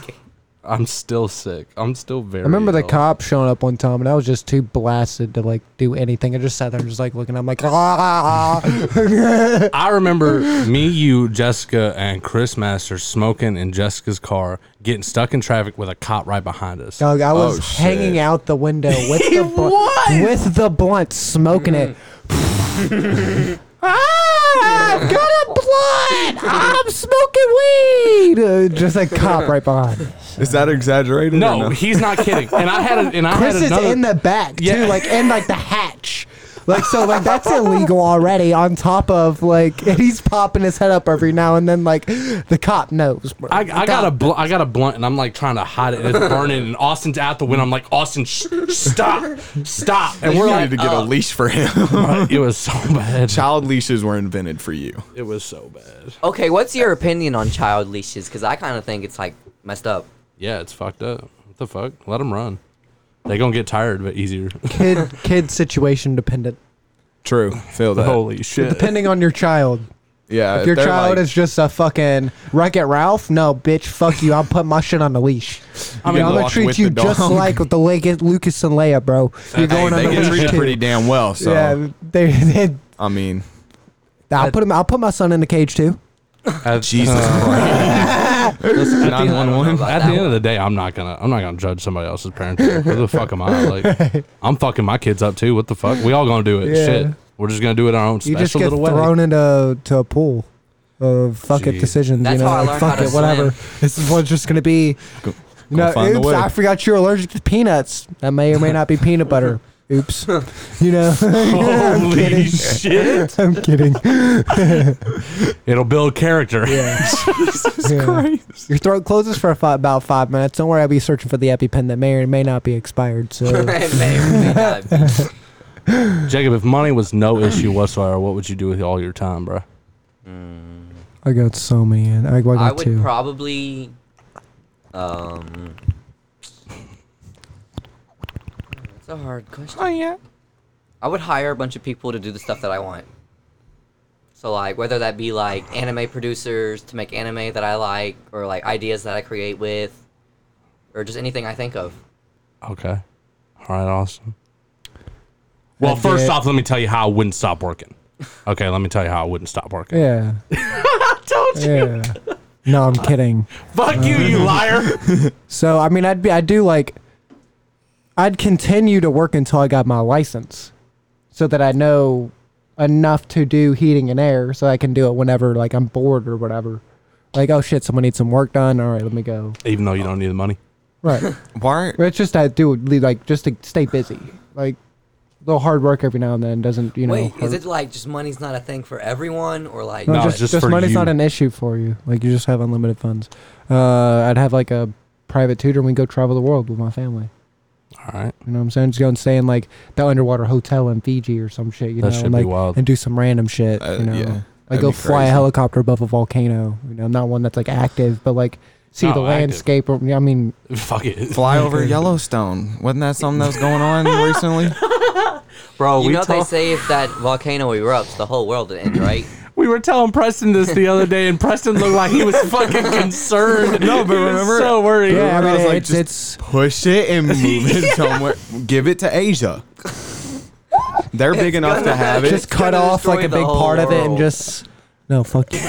I'm still sick. I'm still very. I remember the ill. cop showing up one time, and I was just too blasted to like do anything. I just sat there, and just like looking. I'm like, ah, I remember me, you, Jessica, and Chris Masters smoking in Jessica's car, getting stuck in traffic with a cop right behind us. dog. I was Oh, shit. hanging out the window with the blunt, with the blunt, smoking it. ah, I've got a blunt. I'm smoking weed. Uh, just a cop right behind. me. Is that exaggerated? or No, he's not kidding. And I had a, and I Chris had is another. in the back too, Yeah. like in like the hatch. Like so, like that's illegal already. On top of like, and he's popping his head up every now and then. Like, the cop knows. Bro. I, I got a bl- I got a blunt and I'm like trying to hide it and it's burning and Austin's out the window I'm like Austin sh- stop stop and You we're needed like to get a "Uh." leash for him. it was so bad Child leashes were invented for you. it was so bad Okay, what's your opinion on child leashes? Because I kind of think it's like messed up. yeah it's fucked up what the fuck let them run they gonna get tired but easier kid, kid situation dependent, True. Feel that. holy shit depending on your child. Yeah. If your Uh, they're child like- is just a fucking Wreck It Ralph, no, bitch, fuck you. I'm putting my shit on the leash. I mean, am gonna walk treat with you the just dog. like the Leg- Lucas and Leia, bro. You're Hey, going on they the get leash treated too. pretty damn well. So Yeah, they, they, I mean, I'll put him. I'll put my son in the cage too. Jesus Christ. Nine one one. About at that the end one. of the day I'm not gonna I'm not gonna judge somebody else's parenting who the fuck am I like I'm fucking my kids up too what the fuck we all gonna do it Yeah. shit we're just gonna do it our own you special just get little way thrown into to a pool of fuck it Jeez. decisions. That's you know, how I like, learned fuck how it, to whatever. This is what's just gonna be. You know, find the oops, way. I forgot you're allergic to peanuts. That may or may not be peanut butter. Oops. You know. I'm kidding. shit I'm kidding. it'll build character Yeah. Your throat closes for a fi- about five minutes. Don't worry, I'll be searching for the EpiPen that may or may not be expired. So It may or may not be. Jacob, if money was no issue whatsoever, what would you do with all your time, bro? I got so many. in. I, I got I would two. probably. Um, it's a hard question. Oh yeah. I would hire a bunch of people to do the stuff that I want. So like whether that be like anime producers to make anime that I like, or like ideas that I create with, or just anything I think of. Okay. All right, Austin. Well, I'd first get- off, let me tell you how I wouldn't stop working. Okay, let me tell you how I wouldn't stop working. yeah. Told Yeah. No, I'm kidding. Fuck you, you liar. So I mean, I'd be, I do like, I'd continue to work until I got my license, so that I know enough to do heating and air, so I can do it whenever like I'm bored or whatever. Like, oh shit, someone needs some work done. All right, let me go. Even though you don't need the money. Right. Why? But it's just I do like just to stay busy, like a little hard work every now and then doesn't you know. Wait, is hurt. it like just money's not a thing for everyone, or like No, No, it's just, just just, for money's you. not an issue for you. Like you just have unlimited funds. Uh, I'd have like a private tutor and we go travel the world with my family. All right. You know what I'm saying? Just go and stay in like the underwater hotel in Fiji or some shit. You That know, should and, be like, wild. and do some random shit. Uh, you know, yeah. like That'd go be fly a crazy. helicopter above a volcano. You know, not one that's like active, but like see No, the active. landscape. Or, I mean, Fuck it. Fly over Yellowstone. Wasn't that something that was going on recently? Bro, you we, know tell- they say if that volcano erupts, the whole world would end, right? we were telling Preston this the other day, and Preston looked like he was fucking concerned. no, but remember- so worried. yeah, I I mean, was like, it's, just- it's Push it and move it somewhere. Give it to Asia. They're big enough to have it. just cut gonna off like destroy a the big whole part of it and world. just no fuck you.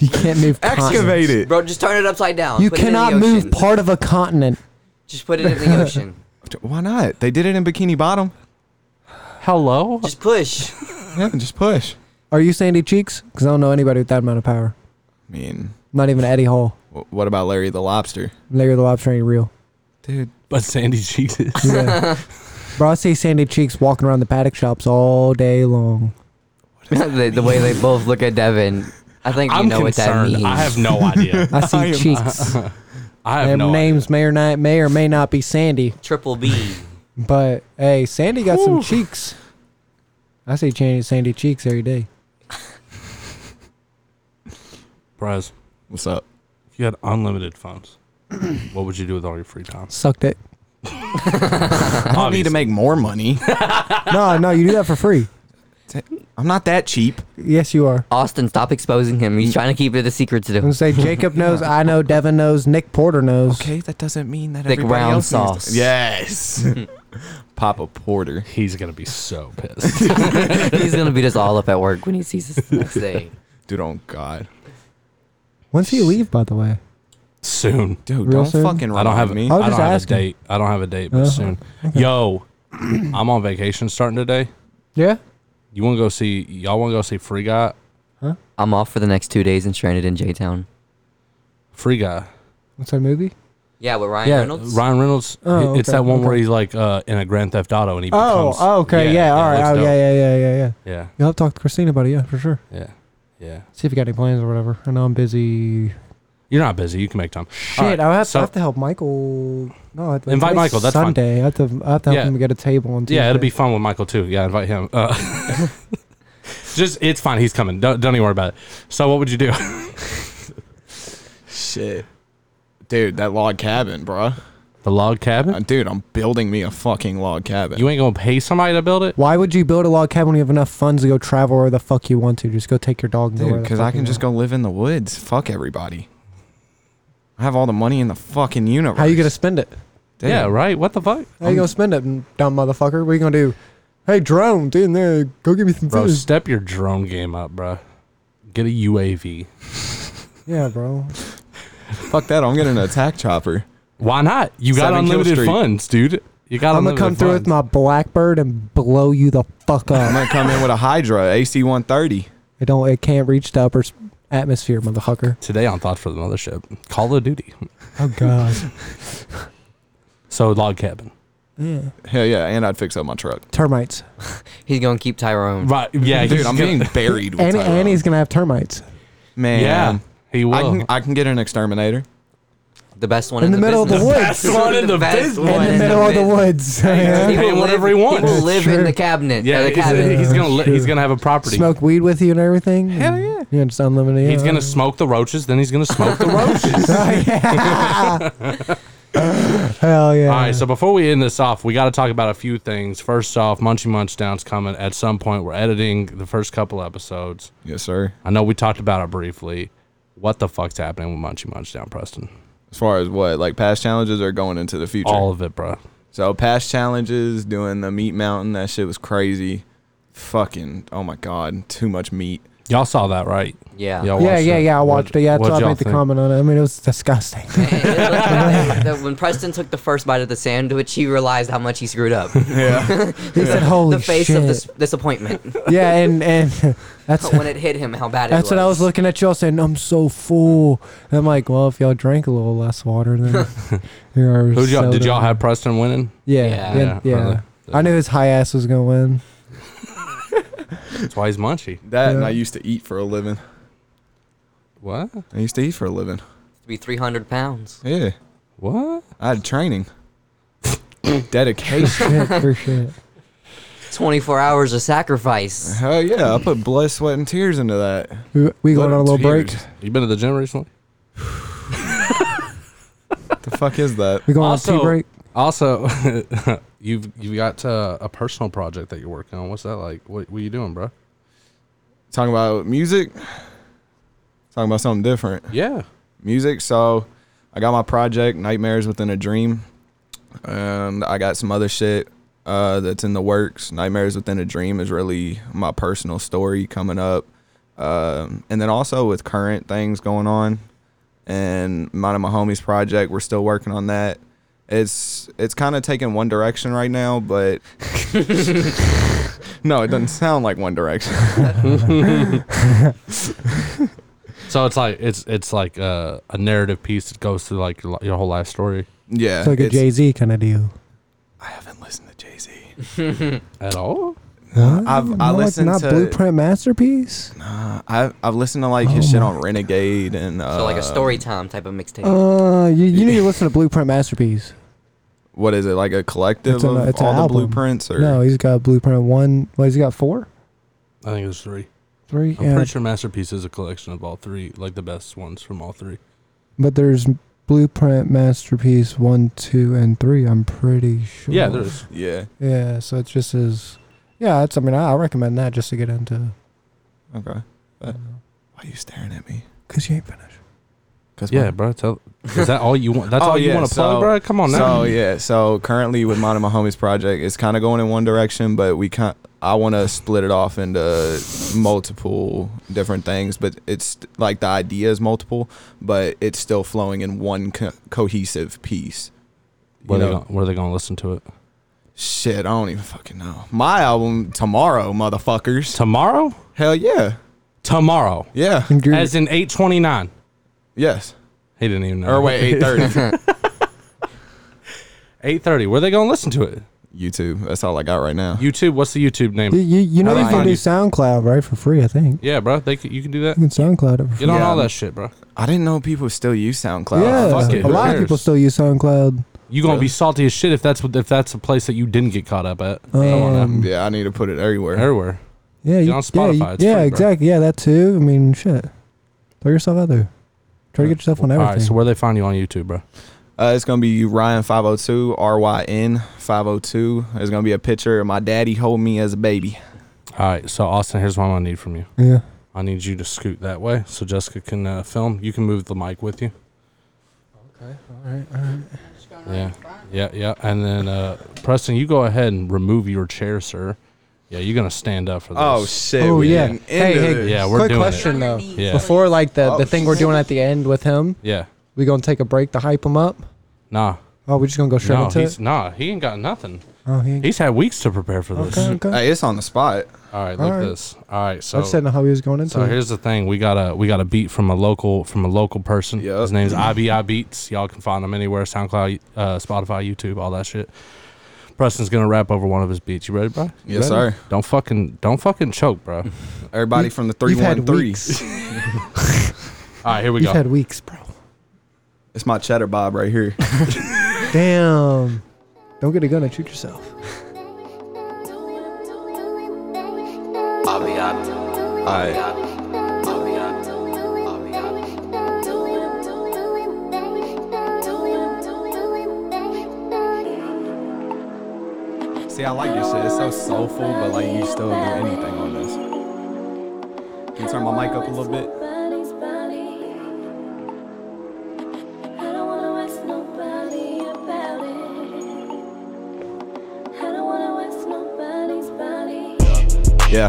you can't move. excavate continents. it. Bro, just turn it upside down. You put it in the cannot move ocean. part of a continent. Just put it in the ocean. Why not? They did it in Bikini Bottom. Hello? Just push. Yeah, just push. Are you Sandy Cheeks? Because I don't know anybody with that amount of power. I mean, Not even Eddie Hall. wh- what about Larry the Lobster? Larry the Lobster ain't real. Dude, But Sandy cheated. Yeah. Bro, I see Sandy Cheeks walking around the paddock shops all day long. the, the way they both look at Devin. I think you I'm know what that concerned. means. I have no idea. I see cheeks. I Their have no idea. names may or not may or may not be Sandy, Triple B. but hey, Sandy got some cheeks. I see Sandy, Sandy cheeks every day. Perez, What's up? if you had unlimited funds, what would you do with all your free time? Sucked it. I don't need to make more money. no, no, you do that for free. I'm not that cheap. Yes, you are. Austin, stop exposing him. He's trying to keep it a secret to I'm gonna him. say Jacob knows, I know, Devin knows, Nick Porter knows. Okay, that doesn't mean that Thick everybody round else needs to- sauce. Yes. Papa Porter. He's gonna be so pissed. He's gonna beat us all up at work when he sees us the next day. Dude, oh God. When's he leave, by the way? soon. Dude, Real don't soon? fucking I don't have me. I don't just have asking. a date. I don't have a date, but Uh-huh. soon. Yo, I'm on vacation starting today. Yeah. You want to go see? Y'all want to go see Free Guy? I'm off for the next two days and stranded in J Town. Free Guy. What's that movie? Yeah, with Ryan yeah, Reynolds. Ryan Reynolds. Oh, it- It's okay, that one where okay. he's like uh, in a Grand Theft Auto and he. Oh, becomes, oh, okay, yeah, all right, it looks oh, yeah, dope. yeah, yeah, yeah, yeah. yeah, You'll have to talk to Christine about it, yeah, for sure. yeah, yeah. See if you got any plans or whatever. I know I'm busy. You're not busy. You can make time. Shit, All right, I, have to, so- I have to help Michael. No, I have to, Invite today's Michael, that's fine. Sunday. I have to, I have to help Yeah. him get a table on Tuesday. Yeah, it'll be fun with Michael too. Yeah, invite him. Uh, just it's fine. He's coming. Don't, don't even worry about it. So, what would you do? Shit. Dude, that log cabin, bruh. the log cabin. Uh, Dude, I'm building me a fucking log cabin. You ain't gonna pay somebody to build it. Why would you build a log cabin when you have enough funds to go travel where the fuck you want to? Just go take your dog. and go where Dude, the because fuck I you can just want. go live in the woods. Fuck everybody. I have all the money in the fucking universe. How you gonna spend it? Dude, Yeah, right. What the fuck? How you gonna spend it, dumb motherfucker? What you gonna do? Hey, drone, dude, in there, go give me some Bro, food. step your drone game up, bro. Get a UAV. yeah, bro. Fuck that. I'm getting an attack chopper. Why not? You got Seven Kill unlimited Street. funds, dude. You got. I'm gonna come through with my blackbird and blow you the fuck I'm up. gonna come in with a Hydra AC 130. it don't. It can't reach the upper s- atmosphere, motherfucker. today on Thoughts for the Mothership. Call of Duty. Oh god. So log cabin. Hell yeah, and I'd fix up my truck. termites. He's gonna keep Tyrone. Right. Yeah, Dude, he's I'm gonna- being buried with And Tyrone. Annie's gonna have termites Man. Yeah, he will. I can, I can get an exterminator. The best one in in, the middle of the business. best woods. one in the best business. one In the middle of the business. woods. He He pay will him whatever live- he wants. He will live in Sure. the cabinet. yeah, uh, the he's, cabinet. he's gonna li- he's Sure. gonna have a property. Smoke weed with you and everything. Hell yeah. You just unlimited. He's yeah. gonna smoke the roaches, then he's gonna smoke the roaches. Oh, yeah. Hell yeah. All right, so before we end this off, we got to talk about a few things. First off, Munchy Munchdown's coming at some point. We're editing the first couple episodes. Yes, sir. I know we talked about it briefly. What the fuck's happening with Munchy Munchdown, Preston? As far as what, like past challenges are going into the future. All of it, bro. So past challenges, doing the meat mountain, that shit was crazy. Fucking, oh my god, too much meat. Y'all saw that, right? Yeah. Y'all yeah, watched yeah, it. yeah. I What- watched it. Yeah, what'd so I y'all made the think? comment on it. I mean, it was disgusting. It looked like that when Preston took the first bite of the sandwich, he realized how much he screwed up. He said, "Holy the face shit!" of dis- disappointment yeah, and and that's when it hit him, how bad it that's was. what I was looking at y'all saying. I'm so full. And I'm like, well, if y'all drank a little less water, then here are Who y'all, did soda. y'all have Preston winning? Yeah, Yeah. yeah, Yeah, yeah. probably. I knew his high ass was gonna win. That's why he's Munchy. That and Yeah. I used to eat for a living. What? I used to eat for a living. to be 300 pounds. Yeah, What? I had training, dedication. Shit, for shit. 24 hours of sacrifice. Hell yeah, I put blood, sweat, and tears into that. We, we going on Blood a and little break. tears. You been to the gym recently? The fuck is that? We going on Also- a tea break. Also, you've you've got uh, a personal project that you're working on. What's that like? What, what are you doing, bro? Talking about music. Talking about something different. Yeah. music. So I got my project, Nightmares Within a Dream. Um, I got some other shit uh, that's in the works. Nightmares Within a Dream is really my personal story coming up. Um, and then also with current things going on and mine and my homies project, we're still working on that. It's it's kind of taking one direction right now, but no, it doesn't sound like one direction. So it's like it's it's like uh, a, a narrative piece that goes through like your, li- your whole life story Yeah, uh, It's like a Jay Z kind of deal. I haven't listened to Jay Z. at all. I've I No, it's listened not to Blueprint Masterpiece. I've I've listened to like his Oh shit on Renegade and uh, So like a story Um, time type of mixtape. Uh, you, you need to listen to Blueprint Masterpiece. What is it like a collective It's an- of it's an all the album. blueprints or No, he's got Blueprint one. Well, he's got four, I think there's three. three. I'm yeah. pretty sure Masterpiece is a collection of all three, like the best ones from all three. But there's Blueprint Masterpiece one, two, and three. I'm pretty sure. Yeah, there's. yeah Yeah, so it's just as. Yeah, it's. I mean, I, I recommend that just to get into. okay why are you staring at me Cause you ain't finished. because Yeah, bro. Tell, is that all you want? That's Oh, all you yeah, want to plug, so- bro? Come on now. So yeah, so currently with mine and my homies project, it's kind of going in one direction, but we can I want to split it off into multiple different things, but it's like the idea is multiple, but it's still flowing in one co- cohesive piece. You where, they know, gonna, where they going to listen to it? shit, I don't even fucking know. My album tomorrow, motherfuckers. Tomorrow? Hell yeah, Tomorrow. yeah, And you're- As in 829. yes. He didn't even know. Uh-huh. Or wait, eight thirty. 830. Where they going to listen to it? YouTube. That's all I got right now. YouTube. What's the YouTube name? you, you, you know How do you I can find do you? SoundCloud right for free. I think yeah, bro. They c- You can do that. you can SoundCloud it for free. Get on Yeah, all I'm- that shit, bro. I didn't know people still use SoundCloud. yeah, fuck it, a who lot of people cares? still use SoundCloud. You gonna Really? be salty as shit if that's what if that's a place that you didn't get caught up at. Uh, Um, Yeah, I need to put it everywhere. Everywhere. Yeah, you, on Yeah, Spotify, you- it's yeah free, bro. exactly. Yeah, that too. I mean, shit. Throw yourself out there. Try to get yourself on All everything. right. So where they find you on YouTube, bro? Uh, it's gonna be Ryan five hundred two R Y N five hundred two. It's gonna be a picture of my daddy holding me as a baby. All right. So Austin, here's what I'm gonna need from you. yeah. I need you to scoot that way so Jessica can uh, film. You can move the mic with you. Just going Yeah. right in front. Yeah, yeah. And then uh, Preston, you go ahead and remove your chair, sir. Yeah, you're gonna stand up for this. shit! Oh, we yeah. getting Hey, into hey, this. Yeah, we're Quick doing question it. though. Yeah. Before like the, the Oh, thing we're doing at the end with him, Yeah. we gonna take a break to hype him up. Nah. Oh, we just gonna go straight No, into he's it. nah. He ain't got nothing. Oh, he ain't He's had weeks to prepare for this. okay, okay. Hey, it's on the spot. All right. Look All right. this. All right. I So. just didn't know how he was going into So it. here's the thing: we got a we got a beat from a local from a local person. Yep. His name's IBI Beats. Y'all can find him anywhere: SoundCloud, uh, Spotify, YouTube, all that shit. Preston's gonna rap over one of his beats. You ready, bro? You Yes, ready? sir. Don't fucking don't fucking choke, bro. all Everybody from the three You've one had three. weeks. right, here we You've go. had weeks, bro. It's my cheddar bob right here. Damn. Don't get a gun and shoot yourself. Alright. See, I like your shit. It's so soulful, but like you still do anything on this. Can you turn my mic up a little bit? Yeah.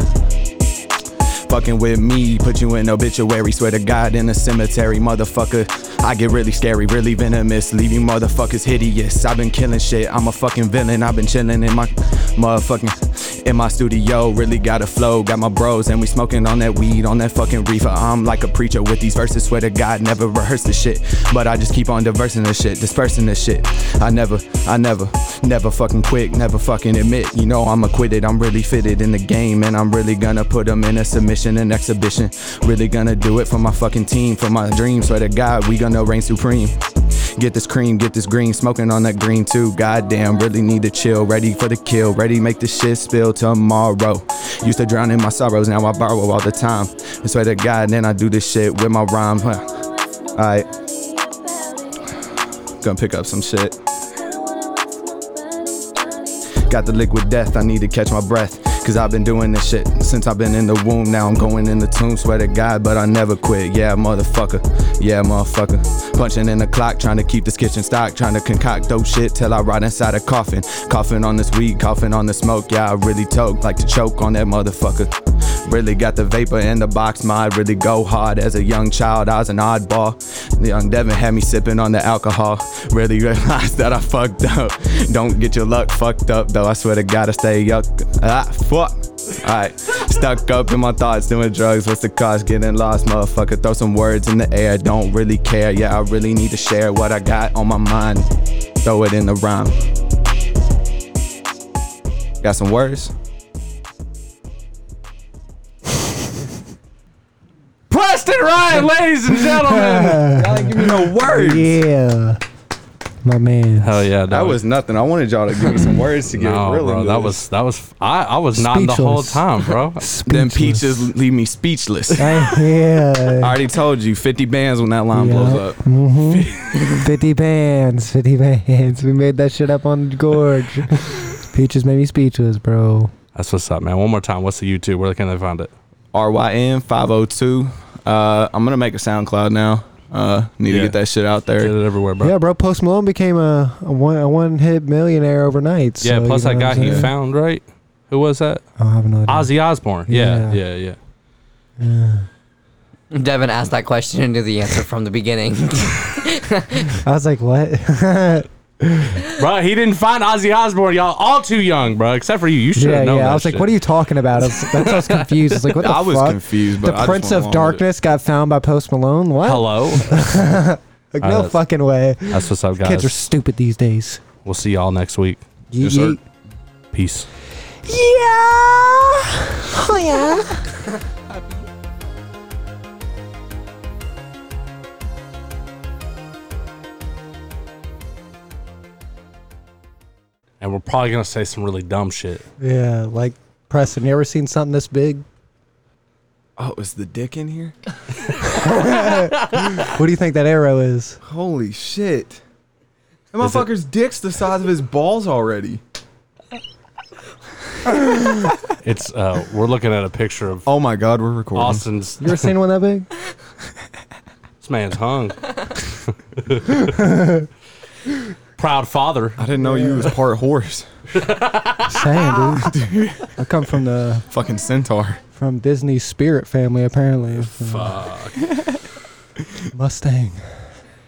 Fucking with me, put you in obituary. Swear to God, in a cemetery, motherfucker. I get really scary, really venomous. Leave you motherfuckers hideous. I've been killing shit. I'm a fucking villain. I've been chilling in my motherfucking in my studio. Really got a flow. Got my bros and we smoking on that weed, on that fucking reefer. I'm like a preacher with these verses. Swear to God, never rehearse this shit, but I just keep on diversing this shit, dispersing this shit. I never, I never, never fucking quit, never fucking admit. You know I'm acquitted. I'm really fitted in the game, and I'm really gonna put them in a submission and exhibition. Really gonna do it for my fucking team, for my dreams. Swear to God, we gonna reign supreme. Get this cream, get this green, smoking on that green too. Goddamn, really need to chill. Ready for the kill, ready make this shit spill tomorrow. Used to drown in my sorrows, now I borrow all the time. I swear to God, then I do this shit with my rhyme. Huh. Alright, gonna pick up some shit. Got the liquid death, I need to catch my breath. Cause I've been doing this shit since I've been in the womb. Now I'm going in the tomb, swear to God, but I never quit. Yeah, motherfucker. Yeah, motherfucker. Punching in the clock, trying to keep this kitchen stock. Trying to concoct dope shit till I rot inside a coffin. Coughing on this weed, coughing on the smoke. Yeah, I really toke, like to choke on that motherfucker. Really got the vapor in the box, mind really go hard. As a young child, I was an oddball. Young Devin had me sipping on the alcohol. Really realized that I fucked up. Don't get your luck fucked up, though. I swear to God, I stay yuck. Ah, fuck. Alright, stuck up in my thoughts, doing drugs. What's the cost? Getting lost, motherfucker. Throw some words in the air. Don't really care. Yeah, I really need to share what I got on my mind. Throw it in the rhyme. Got some words? right, ladies and gentlemen. Y'all ain't give me no words. Yeah. My man. Hell yeah, That was nothing. I wanted y'all to give me some words to get no, really bro. good. That was that was I, I was nodding the whole Speechless. time, bro. Them peaches leave me speechless. I Hey, yeah. already told you, 50 bands when that line Yeah. blows up. Mhm. 50 bands. 50 bands. We made that shit up on Gorge. Peaches made me speechless, bro. That's what's up, man. One more time. What's the YouTube? Where can they find it? RYN 502. Uh, I'm gonna make a SoundCloud now. Uh, need Yeah. to get that shit out Get there. it everywhere, bro. Yeah, bro. Post Malone became a, a one a one hit millionaire overnight. Yeah, so, plus you know that what guy I'm he saying? found, right? Who was that? I don't have another. Ozzy Osbourne. Yeah, yeah, yeah. uh, Devin asked that question and knew the answer from the beginning. I was like, what? Bro, he didn't find Ozzy Osbourne. Y'all all too young, bro. Except for you. You should have yeah, known yeah. that I was like, shit. what are you talking about? I was, that's what I was confused. It's like, what the I was fuck? confused, but I the just Prince went of along with it. Darkness got found by Post Malone. What? Hello. Like, Uh, no that's- fucking way. That's what's up, Kids are guys. stupid these days. We'll see y'all next week. Yes, sir. Yeet, yeet. Peace. Yeah. Oh, yeah. And we're probably gonna say some really dumb shit. Yeah, like Preston, you ever seen something this big? Oh, is the dick in here? What do you think that arrow is? Holy shit! That Is it- motherfucker's dick's the size of his balls already. It's uh, we're looking at a picture of Oh my god, we're recording. Austin's. You ever This seen one that big? man's hung. Proud father. I didn't know you was part horse. Saying, dude. I come from the Fucking centaur. from Disney's spirit family, apparently. Fuck. Mustang.